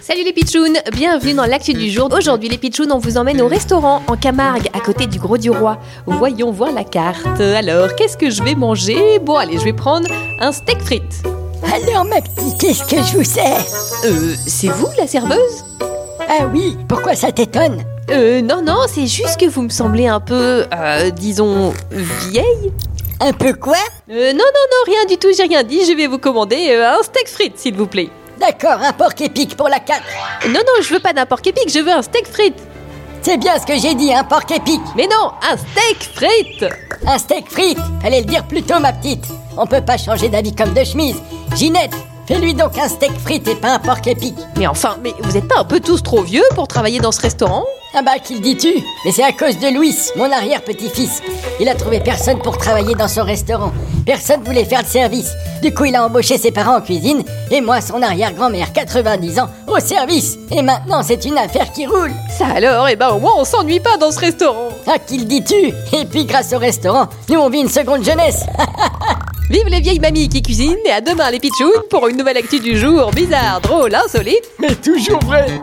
Salut les pitchounes, bienvenue dans l'actu du jour. Aujourd'hui les pitchounes, on vous emmène au restaurant en Camargue, à côté du Gros du Roi. Voyons voir la carte. Alors, qu'est-ce que je vais manger Bon, allez, je vais prendre un steak frites. Alors ma petite, qu'est-ce que je vous sers Euh, c'est vous la serveuse Ah oui, pourquoi ça t'étonne Euh, non, non, c'est juste que vous me semblez un peu, euh, disons, vieille. Un peu quoi Euh, non, non, non, rien du tout, j'ai rien dit. Je vais vous commander euh, un steak frites, s'il vous plaît. D'accord, un porc épique pour la carte. Non, non, je veux pas n'importe quel pic, je veux un steak frites. C'est bien ce que j'ai dit, un porc épique. Mais non, un steak frites Un steak frites, fallait le dire plus tôt ma petite. On peut pas changer d'avis comme de chemise. Ginette, fais-lui donc un steak frites et pas un porc épique. Mais enfin, mais vous êtes pas un peu tous trop vieux pour travailler dans ce restaurant Ah bah, qu'il dis-tu Mais c'est à cause de Louis, mon arrière-petit-fils. Il a trouvé personne pour travailler dans son restaurant. Personne voulait faire le service. Du coup, il a embauché ses parents en cuisine et moi, son arrière-grand-mère, 90 ans, au service. Et maintenant, c'est une affaire qui roule. Ça alors, eh ben au moins on s'ennuie pas dans ce restaurant. Ah, qu'il dis-tu Et puis, grâce au restaurant, nous, on vit une seconde jeunesse. Vive les vieilles mamies qui cuisinent et à demain les pitchounes pour une nouvelle actu du jour bizarre, drôle, insolite. Mais toujours vrai